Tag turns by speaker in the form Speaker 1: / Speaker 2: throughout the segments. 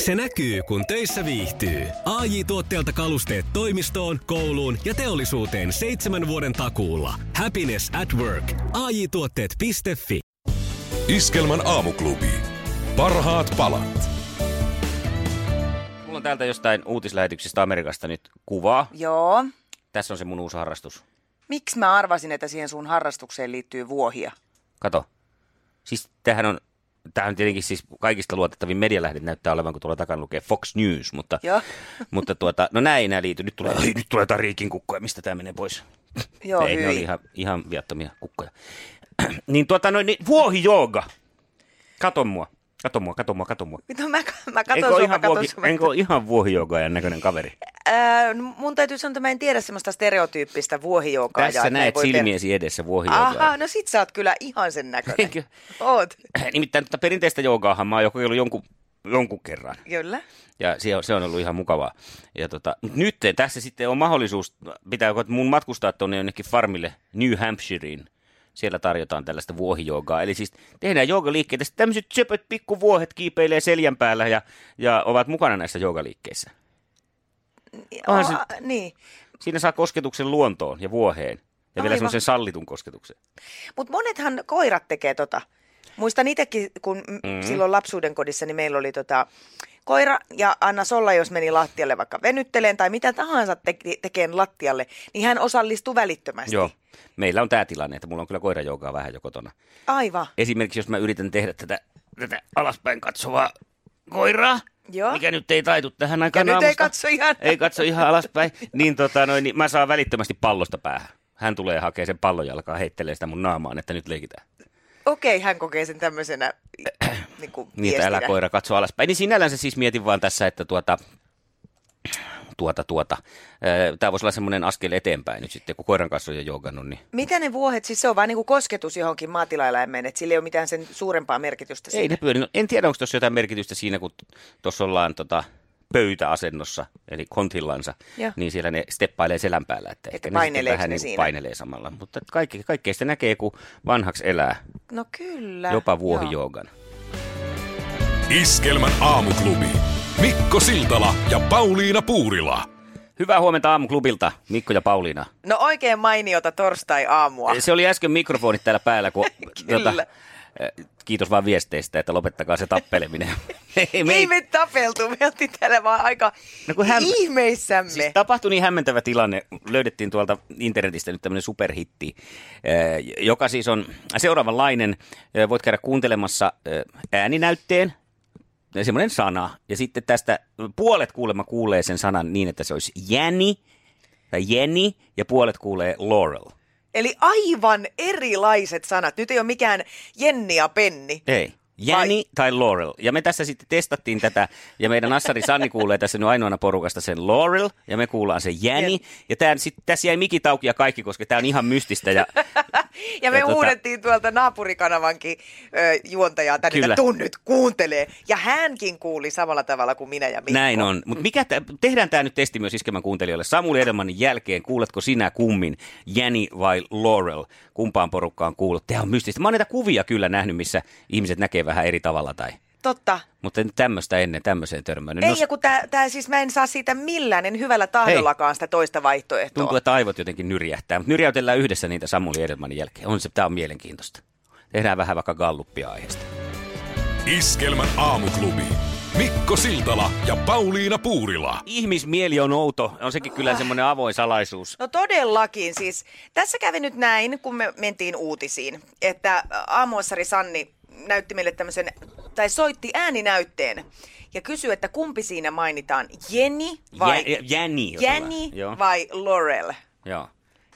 Speaker 1: Se näkyy, kun töissä viihtyy. ai tuotteelta kalusteet toimistoon, kouluun ja teollisuuteen seitsemän vuoden takuulla. Happiness at work. ai tuotteetfi
Speaker 2: Iskelmän aamuklubi. Parhaat palat.
Speaker 3: Mulla on täältä jostain uutislähetyksestä Amerikasta nyt kuvaa.
Speaker 4: Joo.
Speaker 3: Tässä on se mun uusi harrastus.
Speaker 4: Miksi mä arvasin, että siihen sun harrastukseen liittyy vuohia?
Speaker 3: Kato. Siis tämähän on, tämähän on tietenkin siis kaikista luotettavin medialähdet näyttää olevan, kun tuolla takana lukee Fox News, mutta,
Speaker 4: Joo.
Speaker 3: mutta tuota, no näin ei enää liity. Nyt tulee, ai, nyt tulee jotain riikin kukkoja, mistä tämä menee pois.
Speaker 4: Joo,
Speaker 3: ei, ne
Speaker 4: hyi.
Speaker 3: oli ihan, ihan viattomia kukkoja. niin tuota, no, niin, vuohijooga. Kato mua, kato mua, kato mua, kato mua.
Speaker 4: Mitä mä, mä
Speaker 3: Enkö
Speaker 4: katson
Speaker 3: ole
Speaker 4: sua, mä
Speaker 3: ihan,
Speaker 4: katson
Speaker 3: vuohi,
Speaker 4: sua.
Speaker 3: enkö ole ihan vuohijoogaan näköinen kaveri?
Speaker 4: Ää, no mun täytyy sanoa, että mä en tiedä semmoista stereotyyppistä vuohijoukaa.
Speaker 3: Tässä näet silmiesi edessä vuohijoogaa.
Speaker 4: Aha, no sit sä oot kyllä ihan sen näköinen.
Speaker 3: Eikö?
Speaker 4: Oot,
Speaker 3: Nimittäin tätä perinteistä joogaahan mä oon jo kokeillut jonkun, jonkun kerran.
Speaker 4: kyllä.
Speaker 3: Ja se on, se on ollut ihan mukavaa. Ja tota, mut nyt tässä sitten on mahdollisuus, pitääkö mun matkustaa tuonne jonnekin farmille New Hampshireen. Siellä tarjotaan tällaista vuohijoogaa. Eli siis tehdään joogaliikkeitä. Sitten tämmöiset söpöt pikkuvuohet kiipeilee seljän päällä ja, ja ovat mukana näissä joogaliikkeissä. Onhan se-
Speaker 4: Aa, niin.
Speaker 3: Siinä saa kosketuksen luontoon ja vuoheen. Ja vielä
Speaker 4: Aivan.
Speaker 3: semmoisen sallitun kosketuksen.
Speaker 4: Mutta monethan koirat tekee tota. Muistan itsekin, kun mm. silloin lapsuuden kodissa, niin meillä oli tota, koira ja Anna Solla, jos meni lattialle vaikka venytteleen tai mitä tahansa te- tekeen lattialle, niin hän osallistui välittömästi.
Speaker 3: Joo. Meillä on tämä tilanne, että mulla on kyllä koirajoukaa vähän jo kotona.
Speaker 4: Aivan.
Speaker 3: esimerkiksi jos mä yritän tehdä tätä, tätä alaspäin katsovaa koiraa,
Speaker 4: Joo.
Speaker 3: mikä nyt ei taitu tähän
Speaker 4: Ja
Speaker 3: aikaan
Speaker 4: nyt ei
Speaker 3: aamusta,
Speaker 4: katso ihan.
Speaker 3: ei katso ihan alaspäin, niin, tota, noin, niin mä saan välittömästi pallosta päähän. Hän tulee hakee sen pallon ja alkaa heittelee sitä mun naamaan, että nyt leikitään.
Speaker 4: Okei, hän kokee sen tämmöisenä niin kuin
Speaker 3: Niin, että älä
Speaker 4: viestinä.
Speaker 3: koira katso alaspäin. Niin sinällänsä siis mietin vaan tässä, että tuota, tuota, tuota. Tämä voisi olla semmoinen askel eteenpäin nyt sitten, kun koiran kanssa on jo joogannut, niin
Speaker 4: Mitä ne vuohet, siis se on vaan niin kuin kosketus johonkin maatilaeläimeen, että sillä ei ole mitään sen suurempaa merkitystä.
Speaker 3: Ei ne pyöri. No, en tiedä, onko tuossa jotain merkitystä siinä, kun tuossa ollaan tota, pöytäasennossa, eli kontillansa,
Speaker 4: Joo.
Speaker 3: niin siellä ne steppailee selän päällä. Että ehkä ne
Speaker 4: paineleeko
Speaker 3: sitten vähän
Speaker 4: ne
Speaker 3: niin kuin
Speaker 4: siinä?
Speaker 3: painelee samalla. Mutta kaikki, kaikkea sitä näkee, kun vanhaksi elää,
Speaker 4: No kyllä.
Speaker 3: jopa
Speaker 4: Joo.
Speaker 3: vuohijoogan.
Speaker 2: Iskelmän aamuklubi. Mikko Siltala ja Pauliina Puurila.
Speaker 3: Hyvää huomenta aamuklubilta, Mikko ja Pauliina.
Speaker 4: No oikein mainiota torstai-aamua.
Speaker 3: Se oli äsken mikrofonit täällä päällä, kun...
Speaker 4: Ah. Kyllä.
Speaker 3: eh, kiitos vaan viesteistä, että lopettakaa se tappeleminen. Ei,
Speaker 4: Me ei... me tapeltu, me oltiin täällä vaan aika
Speaker 3: No
Speaker 4: no
Speaker 3: kun hän-
Speaker 4: ihmeissämme.
Speaker 3: Siis tapahtui niin hämmentävä tilanne. Löydettiin tuolta internetistä nyt tämmöinen superhitti, eh, joka siis on seuraavanlainen. Eh, Voit käydä kuuntelemassa eh, ääninäytteen, eh, semmoinen sana. Ja sitten tästä puolet kuulemma kuulee sen sanan niin, että se olisi jäni tai jeni ja puolet kuulee laurel.
Speaker 4: Eli aivan erilaiset sanat. Nyt ei ole mikään Jenni ja Penni.
Speaker 3: Ei. Jäni Vai... tai Laurel. Ja me tässä sitten testattiin tätä, ja meidän Assari Sanni kuulee tässä nyt ainoana porukasta sen Laurel, ja me kuullaan se Jäni.
Speaker 4: Jep.
Speaker 3: Ja tämän, sit, tässä jäi mikit auki ja kaikki, koska tämä on ihan mystistä. Ja,
Speaker 4: Ja me
Speaker 3: Ja
Speaker 4: ja
Speaker 3: tota-
Speaker 4: huudettiin tuolta naapurikanavankin ö, juontajaa tänne,
Speaker 3: Kyllä.
Speaker 4: että tuu nyt kuuntelee. Ja hänkin kuuli samalla tavalla kuin minä ja Mikko.
Speaker 3: näin on. Mutta mikä tää, tehdään tämä nyt testi myös iskemän kuuntelijoille. Samuli Edelmanin jälkeen, kuuletko sinä kummin Jäni vai Laurel? Kumpaan porukkaan kuulut? Tämä on mystistä. Mä oon näitä kuvia kyllä nähnyt, missä ihmiset näkee vähän eri tavalla tai...
Speaker 4: Totta.
Speaker 3: Mutta en tämmöistä ennen tämmöiseen törmännyt.
Speaker 4: Ei,
Speaker 3: No,
Speaker 4: ja kun tää, tää siis mä en saa siitä millään, en hyvällä tahdollakaan sitä toista vaihtoehtoa.
Speaker 3: Tuntuu, että aivot jotenkin nyrjähtää, mutta nyrjäytellään yhdessä niitä Samuli Edelmanin jälkeen. On se, tämä on mielenkiintoista. Tehdään vähän vaikka galluppia aiheesta.
Speaker 2: Iskelmän aamuklubi. Mikko Siltala ja Pauliina Puurila.
Speaker 3: Ihmismieli on outo, on sekin kyllä semmoinen avoin salaisuus.
Speaker 4: No todellakin. Siis tässä kävi nyt näin, kun me mentiin uutisiin, että aamuossari Sanni näytti meille tämmöisen, tai soitti ääninäytteen ja kysyi, että kumpi siinä mainitaan, Jenny vai,
Speaker 3: Jä, jäni. jos
Speaker 4: Jenny
Speaker 3: ollaan. Joo.
Speaker 4: vai Laurel?
Speaker 3: Joo.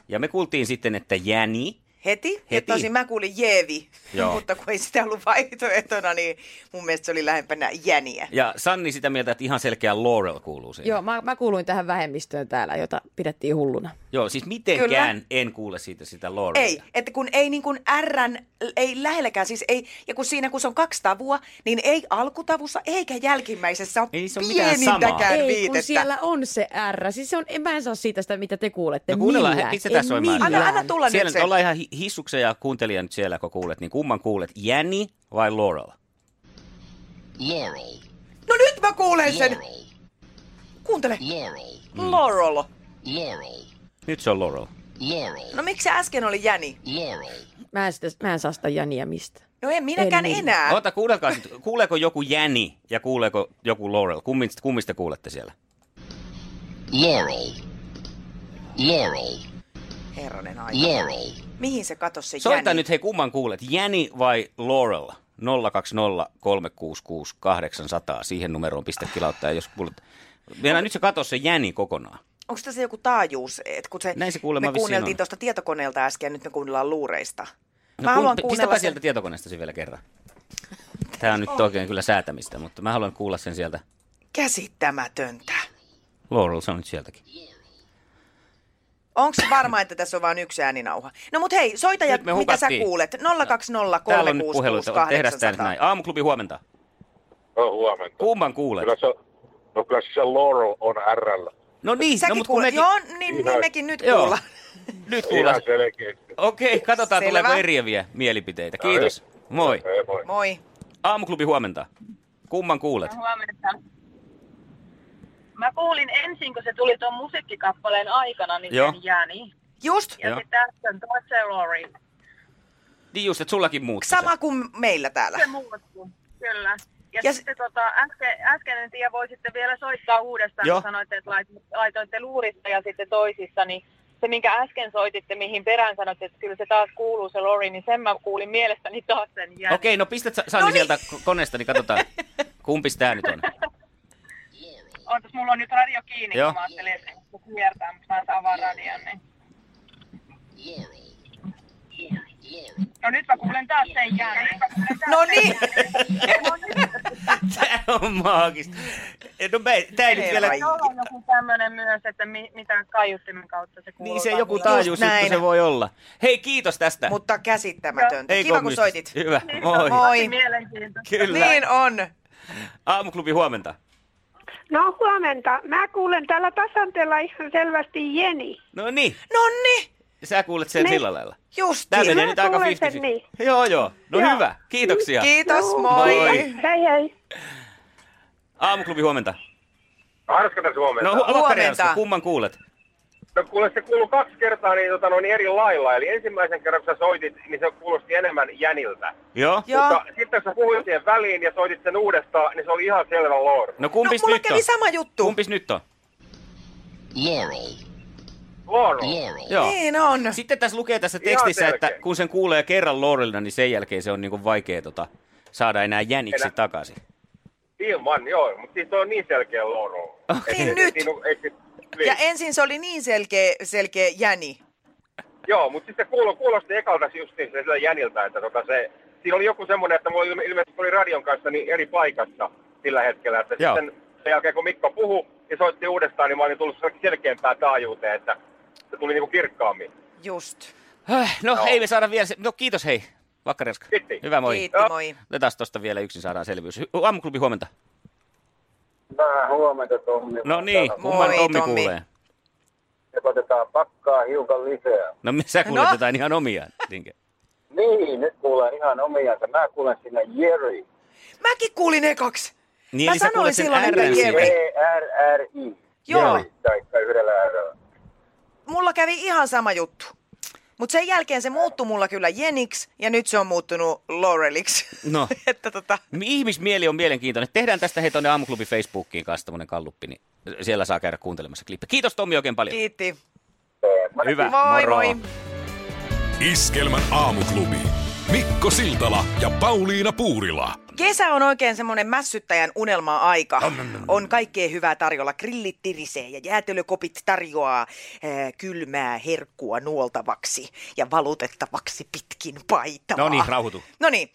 Speaker 3: Ja me kuultiin sitten, että jäni.
Speaker 4: Heti? Heti. Ja
Speaker 3: Heti.
Speaker 4: tosin mä kuulin Jeevi,
Speaker 3: Joo.
Speaker 4: mutta kun ei sitä ollut vaihtoehtona, niin mun mielestä se oli lähempänä jäniä.
Speaker 3: Ja Sanni sitä mieltä, että ihan selkeä Laurel kuuluu siihen.
Speaker 5: Joo, mä, mä kuuluin tähän vähemmistöön täällä, jota pidettiin hulluna.
Speaker 3: Joo siis mitenkään kyllä. en kuule siitä sitä Laurelia.
Speaker 4: Ei, että kun ei niin kuin Rn, ei lähelläkään, siis ei, ja kun siinä kun se on kaksi tavua, niin ei alkutavussa eikä jälkimmäisessä ole
Speaker 3: Ei se ole mitään samaa.
Speaker 4: pienintäkään
Speaker 5: Ei, kun
Speaker 4: viitettä.
Speaker 5: siellä on se R. Siis se on, en, mä en saa siitä sitä, mitä te kuulette.
Speaker 3: No kuunnellaan,
Speaker 5: millään.
Speaker 3: he- pistetään
Speaker 5: En
Speaker 3: soimaan. Anna-
Speaker 5: millään.
Speaker 4: anna tulla.
Speaker 3: Siellä
Speaker 4: nyt
Speaker 3: nyt
Speaker 4: se.
Speaker 3: ollaan ihan hi- hissuksen ja kuuntelija nyt siellä, kun kuulet, niin kumman kuulet, jäni vai Laurel?
Speaker 6: Laurel.
Speaker 4: No nyt mä kuulen sen!
Speaker 6: Laurel.
Speaker 4: Kuuntele.
Speaker 6: Laurel.
Speaker 4: Laurel.
Speaker 6: Laurel.
Speaker 3: Nyt se on Laurel.
Speaker 6: Laurel.
Speaker 4: No miksi se äsken oli Jäni?
Speaker 6: Laurel.
Speaker 5: Mä en, sitä, mä en saa sitä jäniä mistä.
Speaker 4: No en minäkään
Speaker 5: En niin.
Speaker 4: enää.
Speaker 3: Ota, kuunnelkaa sit. Kuuleeko joku Jäni ja kuuleeko joku Laurel? Kummista, kummista kuulette siellä?
Speaker 6: Laurel. Laurel.
Speaker 4: Herranen aika.
Speaker 6: Laurel.
Speaker 4: Mihin se katosi se
Speaker 3: Soita
Speaker 4: Jäni?
Speaker 3: nyt hei kumman kuulet, Jäni vai Laurel? 020 366 800. Siihen numeroon pistä kilauttaa, jos kuulet.
Speaker 4: No.
Speaker 3: Meillä nyt se katosi se Jäni kokonaan. No,
Speaker 4: Onko tässä joku taajuus? Et kun se,
Speaker 3: Näin se kuulemma
Speaker 4: me
Speaker 3: vissiin
Speaker 4: kuunneltiin
Speaker 3: on.
Speaker 4: tuosta tietokoneelta äsken ja nyt me kuunnellaan luureista.
Speaker 3: No,
Speaker 4: mä haluan
Speaker 3: pi-
Speaker 4: kuunnella
Speaker 3: pistäpä
Speaker 4: sen. Oh.
Speaker 3: sieltä tietokoneesta se vielä kerran. Tämä on nyt oikein kyllä säätämistä, mutta mä haluan kuulla sen sieltä.
Speaker 4: Käsittämätöntä.
Speaker 3: Laurel, se on nyt sieltäkin.
Speaker 4: Onko se varma, että tässä on vain yksi ääninauha? No mut hei, soita ja
Speaker 3: Nyt me
Speaker 4: mitä sä
Speaker 3: hukattiin. No,
Speaker 4: kuulet? 020
Speaker 3: Täällä on nyt puheluita. Tehdään sitä nyt
Speaker 4: 366
Speaker 3: näin. Aamuklubi huomenta.
Speaker 7: No huomenta.
Speaker 3: Kumman kuulet?
Speaker 7: Kyllä se, no kyllä se Laurel on RL.
Speaker 3: No niin, no,
Speaker 4: Säkin
Speaker 3: mutta kun
Speaker 4: kuulet.
Speaker 3: mekin...
Speaker 4: Joo, niin, niin mekin nyt
Speaker 3: Joo.
Speaker 4: kuullaan.
Speaker 3: Nyt kuullaan.
Speaker 7: Ihan selkeästi.
Speaker 3: Okei, katsotaan
Speaker 4: Selvä.
Speaker 3: tuleeko eriäviä mielipiteitä. Kiitos. Moi.
Speaker 7: Ei voi.
Speaker 4: Moi.
Speaker 3: Aamuklubi huomenta. Kumman kuulet?
Speaker 8: Huomenta. Mä kuulin ensin, kun se tuli tuon musiikkikappaleen aikana, niin
Speaker 3: Joo.
Speaker 8: sen Jani.
Speaker 4: Just
Speaker 8: Ja
Speaker 3: Joo.
Speaker 8: Joo. se tässä on taas se Lori.
Speaker 3: Niin just, että sullakin muuttui se.
Speaker 4: sama kuin meillä täällä.
Speaker 8: Se muuttui, kyllä. Ja,
Speaker 4: Ja
Speaker 8: ja
Speaker 4: s-
Speaker 8: sitten tota, äsken, äsken en tiedä, voi sitten vielä soittaa uudestaan,
Speaker 3: Joo.
Speaker 8: kun sanoitte, että lait- laitoitte luurista ja sitten toisissa, niin se, minkä äsken soititte, mihin perään sanoitte, että kyllä se taas kuuluu se Lori, niin sen mä kuulin mielestäni taas sen jälkeen.
Speaker 3: Okei, no pistät Sa- Sanni sieltä ko- koneesta, niin katsotaan. Kumpis tää nyt on?
Speaker 8: Ootas, mulla on nyt radio kiinni,
Speaker 3: Joo.
Speaker 8: kun mä ajattelin, että se kiertää, mutta mä saan vaan radion. Niin. No nyt mä kuulen taas sen jäänen.
Speaker 4: No niin,
Speaker 3: Tää on maagista. No mä, tää ei nyt vielä...
Speaker 4: Herra
Speaker 8: Täällä on joku tämmönen myös, että mi, mitä kaiuttimen kautta se kuuluu.
Speaker 3: Niin se joku
Speaker 8: kaikilla.
Speaker 3: taajuus, juttu
Speaker 4: näin.
Speaker 3: se voi olla. Hei, kiitos tästä.
Speaker 4: mutta käsittämätöntä.
Speaker 3: Ei
Speaker 4: Kiva, kun
Speaker 3: komistista.
Speaker 4: soitit. no
Speaker 3: Hyvä,
Speaker 8: Niin,
Speaker 3: moi.
Speaker 8: tosi
Speaker 4: Moi.
Speaker 8: Mielenkiintoista.
Speaker 3: Kyllä.
Speaker 4: Niin on.
Speaker 3: Aamuklubi huomenta.
Speaker 9: No huomenta. Mä kuulen täällä tasanteella ihan selvästi Jeni.
Speaker 3: No niin,
Speaker 4: Nonni,
Speaker 3: sä kuulet sen
Speaker 9: Niin.
Speaker 3: sillä lailla.
Speaker 4: just.
Speaker 3: Tää menee
Speaker 9: Mä
Speaker 3: nyt aika
Speaker 9: kuulen
Speaker 3: 50.
Speaker 9: sen, niin.
Speaker 3: Joo, joo. No
Speaker 9: Joo.
Speaker 3: hyvä, kiitoksia.
Speaker 4: Kiitos,
Speaker 9: Juu.
Speaker 4: moi.
Speaker 3: Moi.
Speaker 9: Hei hei.
Speaker 3: Aamuklubi huomenta.
Speaker 7: Hanska tässä huomenta.
Speaker 3: No
Speaker 7: No,
Speaker 3: hu- aloittele,
Speaker 4: Huomenta.
Speaker 3: Hanska, kumman kuulet?
Speaker 7: no kuule, se kuuluu kaksi kertaa niin, tota, noin eri lailla. Eli ensimmäisen kerran, kun sä soitit, niin se kuulosti enemmän jäniltä.
Speaker 3: Joo.
Speaker 4: Joo.
Speaker 8: No.
Speaker 4: No,
Speaker 7: Mutta sitten kun sä puhuit siihen väliin ja soitit sen uudestaan, niin se oli ihan selvä Laurel.
Speaker 3: No
Speaker 4: No,
Speaker 3: kumpis
Speaker 4: mulla
Speaker 3: nyt on?
Speaker 4: kävi sama juttu.
Speaker 3: Kumpis nyt on?
Speaker 6: Laurel.
Speaker 7: Laurel.
Speaker 6: Laurel.
Speaker 3: Joo.
Speaker 4: Niin on.
Speaker 3: Sitten tässä lukee tässä
Speaker 7: Ihan
Speaker 3: tekstissä, että
Speaker 7: selkeä.
Speaker 3: kun sen kuulee kerran Laurelina, niin sen jälkeen se on niinku vaikea tota, saada enää jäniksi
Speaker 7: Enää.
Speaker 3: takaisin.
Speaker 7: Ilman, joo. Mutta siis toi on niin selkeä Laurel. Et-
Speaker 4: Niin
Speaker 7: et-
Speaker 4: nyt.
Speaker 7: siinä on- et- niin.
Speaker 4: Ja ensin se oli niin selkeä, selkeä jäni.
Speaker 7: Joo, mutta sitten kuulosti, kuulosti ekalta just niin sillä jäniltä, että tota se, siinä oli joku semmoinen, että mulla ilme, ilmeisesti oli radion kanssa niin eri paikassa sillä hetkellä, että
Speaker 3: Joo.
Speaker 7: Joo. sitten sen jälkeen kun Mikko puhui ja soitti uudestaan, niin mä olin tullut selkeämpään taajuuteen, että se tuli niinku kirkkaammin.
Speaker 4: Just.
Speaker 3: Höh, No,
Speaker 7: Joo.
Speaker 3: ei me saada vielä se. No kiitos hei, Vakkarenska.
Speaker 7: Kiitti.
Speaker 3: Hyvä moi.
Speaker 4: Kiitti,
Speaker 7: Joo.
Speaker 4: moi.
Speaker 3: Otetaan tuosta vielä yksin saadaan selvyys. Hy- Aamuklubi huomenta.
Speaker 7: Vähän huomenta Tommi.
Speaker 3: No niin,
Speaker 4: Moi,
Speaker 3: kumman Tommi,
Speaker 4: Tommi.
Speaker 3: kuulee?
Speaker 7: Sekoitetaan pakkaa hiukan lisää.
Speaker 3: No mi- sä kuulet
Speaker 4: No.
Speaker 3: jotain ihan omiaan. Niinkö?
Speaker 7: Niin, nyt kuulen ihan omiansa. Mä kuulen sinne Jerry.
Speaker 4: Mäkin kuulin ekaksi.
Speaker 3: Niin,
Speaker 4: Mä
Speaker 3: eli sä
Speaker 4: sanoin
Speaker 3: kuulet sen
Speaker 4: silloin, että
Speaker 3: äärän
Speaker 4: Jerry.
Speaker 3: siitä.
Speaker 7: E-R-R-I.
Speaker 4: Joo.
Speaker 7: Taikka yhdellä äärellä.
Speaker 4: Mulla kävi ihan sama juttu. Mutta sen jälkeen se muuttui mulla kyllä Jeniksi ja nyt se on muuttunut Laureliksi.
Speaker 3: No.
Speaker 4: että tota,
Speaker 3: Ihmismieli on mielenkiintoinen. Tehdään tästä hei tuonne Aamuklubi Facebookiin kanssa tämmönen kalluppi, niin siellä saa käydä kuuntelemassa klippi. Kiitos Tommi oikein paljon.
Speaker 4: kiitti.
Speaker 3: Hyvä,
Speaker 4: Moi
Speaker 3: moro.
Speaker 4: moi.
Speaker 2: Iskelmän aamuklubi. Mikko Siltala ja Pauliina Puurila.
Speaker 4: Kesä on oikein semmoinen mässyttäjän unelma-aika. On kaikkea hyvää tarjolla. Grillit tirisee ja jäätelökopit tarjoaa ää, kylmää herkkua nuoltavaksi ja valutettavaksi pitkin paitaa.
Speaker 3: No niin, rauhoitu.
Speaker 4: No niin.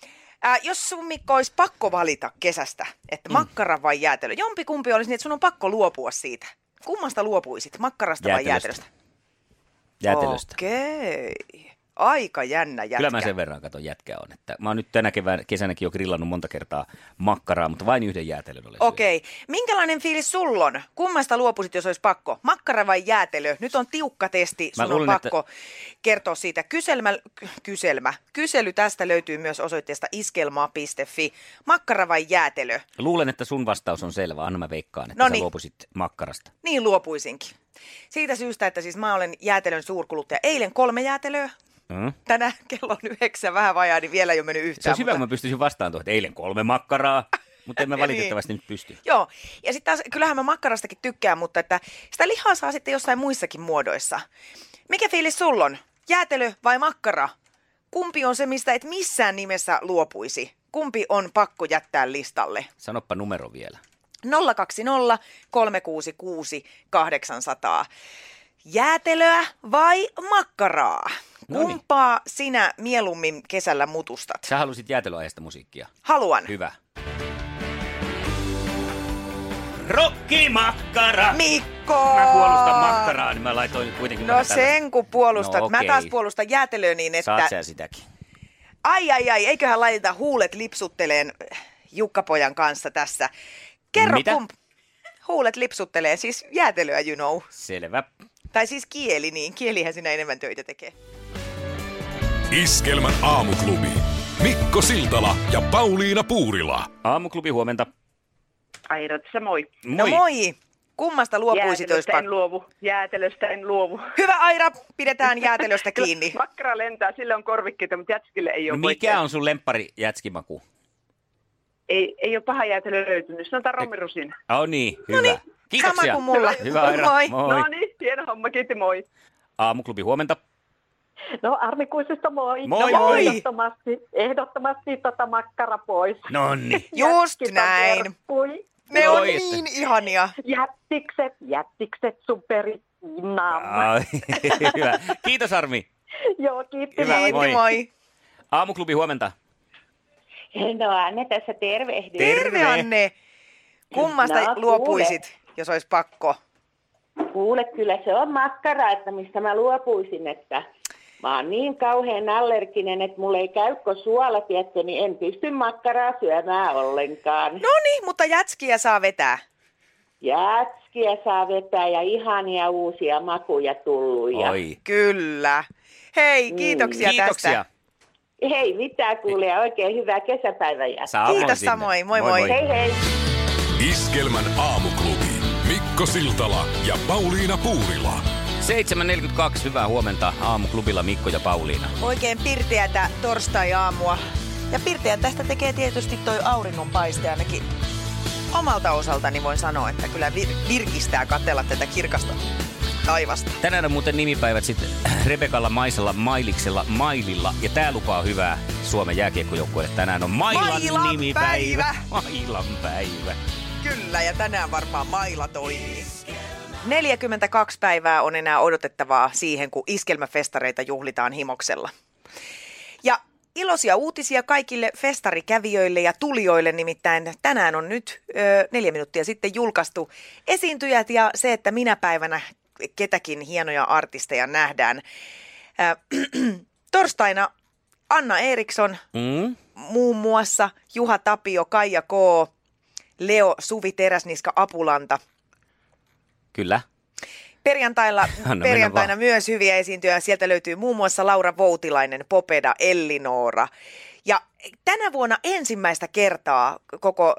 Speaker 4: Äh, jos sun Mikko olisi pakko valita kesästä, että
Speaker 3: Mm.
Speaker 4: makkara vai jäätelö, jompi kumpi olisi niin, että sun on pakko luopua siitä. Kummasta luopuisit, makkarasta vai
Speaker 3: Jäätelöstä.
Speaker 4: jäätelöstä?
Speaker 3: Jäätelöstä.
Speaker 4: Okei. aika jännä jätkä.
Speaker 3: Kyllä mä sen verran katon jätkä on. Että mä oon nyt tänä kevään, kesänäkin jo grillannut monta kertaa makkaraa, mutta vain yhden jäätelön olen syönyt.
Speaker 4: Okei. Minkälainen fiilis sulla on? Kummasta luopuisit, jos olisi pakko? Makkara vai jäätelö? Nyt on tiukka testi.
Speaker 3: Mä
Speaker 4: Sun
Speaker 3: luulen,
Speaker 4: on pakko kertoa siitä. Kyselmä, ky- kyselmä. Kysely tästä löytyy myös osoitteesta iskelmaa.fi. Makkara vai jäätelö?
Speaker 3: Luulen, että sun vastaus on selvä. Anna mä veikkaan, että
Speaker 4: Noniin.
Speaker 3: sä luopuisit makkarasta.
Speaker 4: Niin luopuisinkin. Siitä syystä, että siis mä olen jäätelön suurkuluttaja. Eilen kolme jäätelöä.
Speaker 3: Mm?
Speaker 4: Tänään kello on yhdeksän vähän vajaa, niin vielä ei ole mennyt yhtään.
Speaker 3: Se olisi hyvä,
Speaker 4: mutta-
Speaker 3: kun mä pystyisin vastaan tuohon, että eilen kolme makkaraa, mutta en mä
Speaker 4: Niin.
Speaker 3: valitettavasti nyt pysty.
Speaker 4: Joo, ja sitten taas, kyllähän mä makkarastakin tykkään, mutta että sitä lihaa saa sitten jossain muissakin muodoissa. Mikä fiilis sulla on? Jäätelö vai makkara? Kumpi on se, mistä et missään nimessä luopuisi? Kumpi on pakko jättää listalle?
Speaker 3: Sanoppa numero vielä.
Speaker 4: 020 366 800. Jäätelöä vai makkaraa?
Speaker 3: Noniin.
Speaker 4: Kumpaa sinä mieluummin kesällä mutustat?
Speaker 3: Sä halusit jäätelöaiheesta musiikkia.
Speaker 4: Haluan.
Speaker 3: Hyvä. Rokkimakkara!
Speaker 4: Mikko!
Speaker 3: Mä puolustan makkaraa, niin mä laitoin kuitenkin
Speaker 4: No
Speaker 3: vähän tällä-
Speaker 4: sen kun puolustat.
Speaker 3: No
Speaker 4: No, Mä
Speaker 3: okei.
Speaker 4: taas puolustan jäätelöä niin,
Speaker 3: Saat
Speaker 4: että
Speaker 3: sä sitäkin.
Speaker 4: ai ai ai, eiköhän laiteta huulet lipsutteleen Jukkapojan kanssa tässä. Kerro
Speaker 3: Mitä?
Speaker 4: kump... Huulet lipsuttelee, siis jäätelöä you know.
Speaker 3: Selvä.
Speaker 4: Tai siis kieli niin, kielihän sinä enemmän töitä tekee.
Speaker 2: Iskelmän aamuklubi. Mikko Siltala ja Pauliina Puurila.
Speaker 3: Aamuklubi huomenta.
Speaker 8: Ai Rotsa, moi.
Speaker 3: Moi.
Speaker 4: No moi! Kummasta luopuisit, jos
Speaker 8: Jäätelöstä en
Speaker 4: pakko?
Speaker 8: luovu. Jäätelöstä en luovu.
Speaker 4: Hyvä Aira, pidetään jäätelöstä kiinni.
Speaker 8: Makkara lentää, sillä on korvikkeita, mutta jätskille ei
Speaker 3: No
Speaker 8: ole.
Speaker 3: mikä on sun lemppari jätskimaku?
Speaker 8: Ei, ei ole paha jäätelö löytynyt. Sanotaan romirusin.
Speaker 3: Oh niin, hyvä. Kiitoksia.
Speaker 4: No Sama kuin mulla.
Speaker 3: Hyvä Aira.
Speaker 4: Moi.
Speaker 3: Moi.
Speaker 8: No niin, hieno homma, kiitti, moi.
Speaker 3: Aamuklubi huomenta.
Speaker 8: No armikuisesta moi.
Speaker 3: Moi,
Speaker 4: No moi. moi.
Speaker 8: Ehdottomasti, ehdottomasti tota makkara pois.
Speaker 3: Nonni.
Speaker 4: Just näin.
Speaker 8: Kui
Speaker 4: Ne on
Speaker 3: Voi että.
Speaker 4: niin ihania.
Speaker 8: jättikset, jättikset superi.
Speaker 3: Ai, hyvä. Kiitos Armi.
Speaker 8: Joo, kiitti.
Speaker 3: Hyvä,
Speaker 4: Kiitti,
Speaker 3: moi.
Speaker 4: moi.
Speaker 3: Aamuklubi huomenta.
Speaker 8: No Anne tässä tervehdin.
Speaker 4: Terve Anne. Kummasta
Speaker 8: No, kuule.
Speaker 4: luopuisit, jos olisi pakko?
Speaker 8: Kuule, kyllä se on makkara, että mistä mä luopuisin, että mä oon niin kauhean allerginen, että mulla ei käykö suola, tiedätkö, niin en pysty makkaraa syömään ollenkaan.
Speaker 4: No niin, mutta jätskiä saa vetää.
Speaker 8: Jätskiä saa vetää ja ihania uusia makuja tullut. Ja...
Speaker 3: Oi.
Speaker 4: Kyllä. Hei, kiitoksia,
Speaker 3: Kiitoksia.
Speaker 4: tästä.
Speaker 8: Hei, mitä kuulee, ja oikein hyvää kesäpäivää ja
Speaker 3: Samoin
Speaker 4: Kiitos
Speaker 3: sinne.
Speaker 4: samoin. Moi, moi.
Speaker 8: Hei hei.
Speaker 2: Iskelmän aamuklubi. Mikko Siltala ja Pauliina Puurila.
Speaker 3: 7.42, hyvää huomenta aamuklubilla Mikko ja Pauliina.
Speaker 4: Oikein pirteätä torstai-aamua. Ja pirteän tästä tekee tietysti toi auringonpaiste ainakin omalta osaltani voin sanoa, että kyllä vir- virkistää katsella tätä kirkasta taivasta.
Speaker 3: Tänään on muuten nimipäivät sitten Rebekalla, Maisella, Mailiksella, Maililla. Ja tää lupaa hyvää Suomen jääkiekkojoukkueelle. Tänään on Mailan,
Speaker 4: Mailan
Speaker 3: nimipäivä.
Speaker 4: päivä.
Speaker 3: Mailan päivä.
Speaker 4: Kyllä, ja tänään varmaan mailla toimii. 42 päivää on enää odotettavaa siihen, kun iskelmäfestareita juhlitaan himoksella. Ja iloisia uutisia kaikille festarikävijöille ja tulijoille, nimittäin tänään on nyt ö, neljä minuuttia sitten julkaistu esiintyjät ja se, että minä päivänä ketäkin hienoja artisteja nähdään. Ö, torstaina Anna Eriksson,
Speaker 3: Mm?
Speaker 4: muun muassa Juha Tapio, Kaija K., Leo Suvi Teräsniska Apulanta.
Speaker 3: Kyllä.
Speaker 4: Perjantailla,
Speaker 3: Anna mennä
Speaker 4: perjantaina
Speaker 3: vaan.
Speaker 4: myös hyviä esiintyjä. Sieltä löytyy muun muassa Laura Voutilainen, Popeda, Ellinora. Ja tänä vuonna ensimmäistä kertaa koko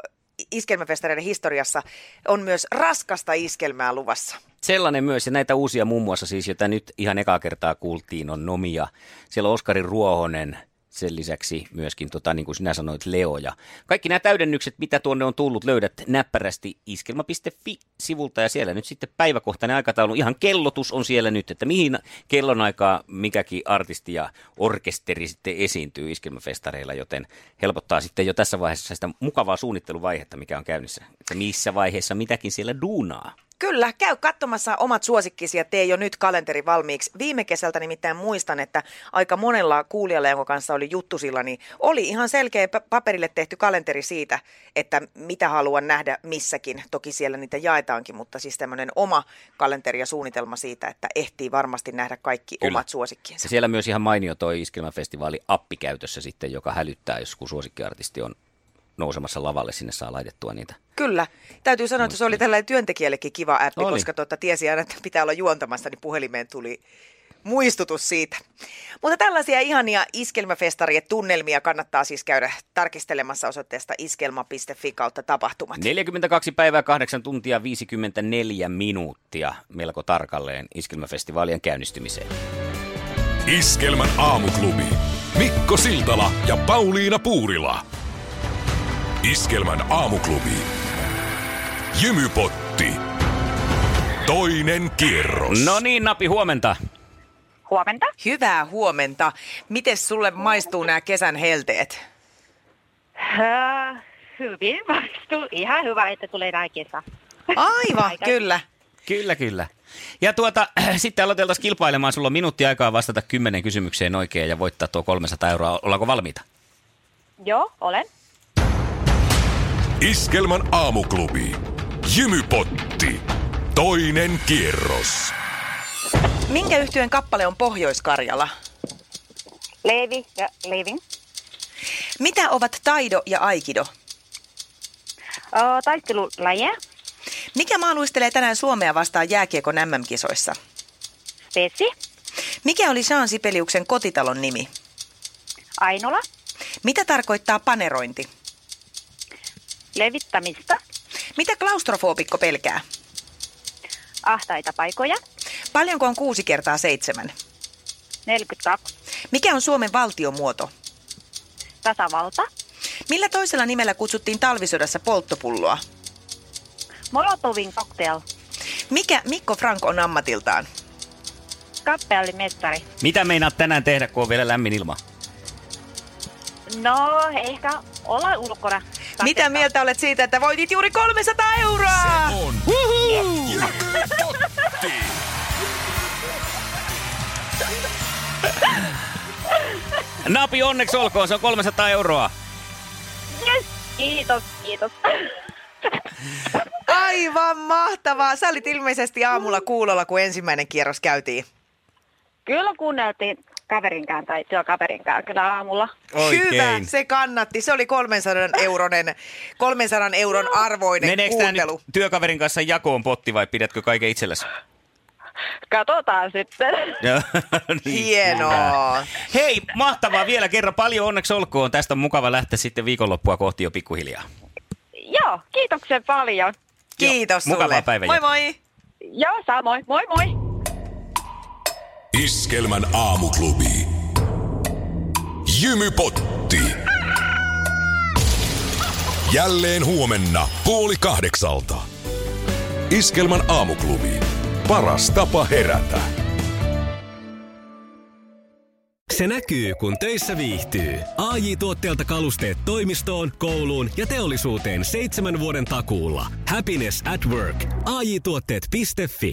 Speaker 4: iskelmäfestareiden historiassa on myös raskasta iskelmää luvassa.
Speaker 3: Sellainen myös, ja näitä uusia muun muassa siis, joita nyt ihan ekaa kertaa kuultiin, on Nomia. Siellä on Oskari Ruohonen, sen lisäksi myöskin, tota, niin kuin sinä sanoit, Leo. Ja kaikki nämä täydennykset, mitä tuonne on tullut, löydät näppärästi iskelma.fi-sivulta, ja siellä nyt sitten päiväkohtainen aikataulu, ihan kellotus on siellä nyt, että mihin kellonaikaa mikäkin artisti ja orkesteri sitten esiintyy iskelmäfestareilla, joten helpottaa sitten jo tässä vaiheessa sitä mukavaa suunnitteluvaihetta, mikä on käynnissä, että missä vaiheessa mitäkin siellä duunaa.
Speaker 4: Kyllä, käy katsomassa omat suosikkisi ja tee jo nyt kalenteri valmiiksi. Viime kesältä nimittäin muistan, että aika monella kuulijalla, jonka kanssa oli juttu sillä, niin oli ihan selkeä pa- paperille tehty kalenteri siitä, että mitä haluan nähdä missäkin. Toki siellä niitä jaetaankin, mutta siis tämmöinen oma kalenteri ja suunnitelma siitä, että ehtii varmasti nähdä kaikki
Speaker 3: Kyllä.
Speaker 4: Kyllä. omat suosikkinsa.
Speaker 3: Ja siellä myös ihan mainio toi iskelmäfestivaali appi käytössä sitten, joka hälyttää, jos kun suosikkiartisti on nousemassa lavalle, sinne saa laitettua niitä.
Speaker 4: Kyllä. Täytyy sanoa, että se oli tällainen työntekijällekin kiva appi,
Speaker 3: Oli.
Speaker 4: oli. koska tota, tiesi aina, että pitää olla juontamassa, niin puhelimeen tuli muistutus siitä. Mutta tällaisia ihania iskelmäfestarien tunnelmia kannattaa siis käydä tarkistelemassa osoitteesta iskelma.fi kautta tapahtumat.
Speaker 3: 42 päivää, 8 tuntia, 54 minuuttia melko tarkalleen iskelmäfestivaalien käynnistymiseen.
Speaker 2: Iskelmän aamuklubi. Mikko Siltala ja Pauliina Puurila. Iskelmän aamuklubi. Jymypotti. Toinen kierros.
Speaker 3: No niin, Napi, huomenta.
Speaker 10: Huomenta.
Speaker 4: Hyvää huomenta. Miten sulle maistuu nämä kesän helteet?
Speaker 10: Äh, hyvin maistuu. Ihan hyvä, että tulee näin kesä.
Speaker 4: Aivan,
Speaker 10: Aika-
Speaker 4: kyllä.
Speaker 3: Kyllä, kyllä. Ja tuota, sitten aloiteltaisiin kilpailemaan. Sulla on minuutti aikaa vastata kymmenen kysymykseen oikein ja voittaa tuo 300 euroa. Ollaanko valmiita?
Speaker 10: Joo, olen.
Speaker 2: Iskelmän aamuklubi. Jymypotti. Toinen kierros.
Speaker 4: Minkä yhtyön kappale on Pohjois-Karjala?
Speaker 10: Leivi ja leivin.
Speaker 4: Mitä ovat taido ja aikido?
Speaker 10: Äh, taistelulajeja.
Speaker 4: Mikä maa luistelee tänään Suomea vastaan jääkiekon MM-kisoissa?
Speaker 10: Vesi.
Speaker 4: Mikä oli Jean Sipeliuksen kotitalon nimi?
Speaker 10: Ainola.
Speaker 4: Mitä tarkoittaa panerointi?
Speaker 10: Levittämistä.
Speaker 4: Mitä klaustrofoobikko pelkää?
Speaker 10: Ahtaita paikoja.
Speaker 4: Paljonko on kuusi kertaa seitsemän?
Speaker 10: 42.
Speaker 4: Mikä on Suomen valtiomuoto?
Speaker 10: Tasavalta.
Speaker 4: Millä toisella nimellä kutsuttiin talvisodassa polttopulloa?
Speaker 10: Molotovin cocktail.
Speaker 4: Mikä Mikko Frank on ammatiltaan?
Speaker 10: Kappeellimestari.
Speaker 3: Mitä meinaat tänään tehdä, kun on vielä lämmin ilma?
Speaker 10: No, ehkä olla ulkona.
Speaker 4: Mitä
Speaker 10: Sateessa.
Speaker 4: mieltä olet siitä, että voitit juuri 300 euroa?
Speaker 2: On Jymypotti.
Speaker 3: Napi, onneksi olkoon. Se on 300 euroa.
Speaker 10: Yes. Kiitos, kiitos.
Speaker 4: Aivan mahtavaa. Sä olit ilmeisesti aamulla kuulolla, kun ensimmäinen kierros käytiin.
Speaker 10: Kyllä kuunneltiin kaverin kanssa tai työkaverin kanssa kyllä aamulla.
Speaker 4: Hyvä, se kannatti. Se oli 300 euronen, 300 euron arvoinen
Speaker 3: Meneekö tämä nyt
Speaker 4: kuuntelu.
Speaker 3: työkaverin kanssa jakoon potti vai pidätkö kaiken itsellesi? Niin,
Speaker 10: Katsotaan sitten.
Speaker 4: Hienoa.
Speaker 3: Hei, mahtavaa vielä kerran. Paljon onneksi olkoon. Tästä on mukava lähteä sitten viikonloppua kohti jo pikkuhiljaa.
Speaker 10: Joo, kiitoksia paljon.
Speaker 4: Kiitos
Speaker 3: Joo,
Speaker 4: sulle.
Speaker 3: mukavaa päivän
Speaker 4: Moi
Speaker 3: jatkoa.
Speaker 4: moi.
Speaker 10: Joo, samoin. Moi moi.
Speaker 2: Iskelmän aamuklubi. Jymypotti. Jälleen huomenna puoli kahdeksalta. Iskelmän aamuklubi. Paras tapa herätä.
Speaker 1: Se näkyy, kun töissä viihtyy. ai tuotteelta kalusteet toimistoon, kouluun ja teollisuuteen seitsemän vuoden takuulla. Happiness at work. AJ-tuotteet.fi.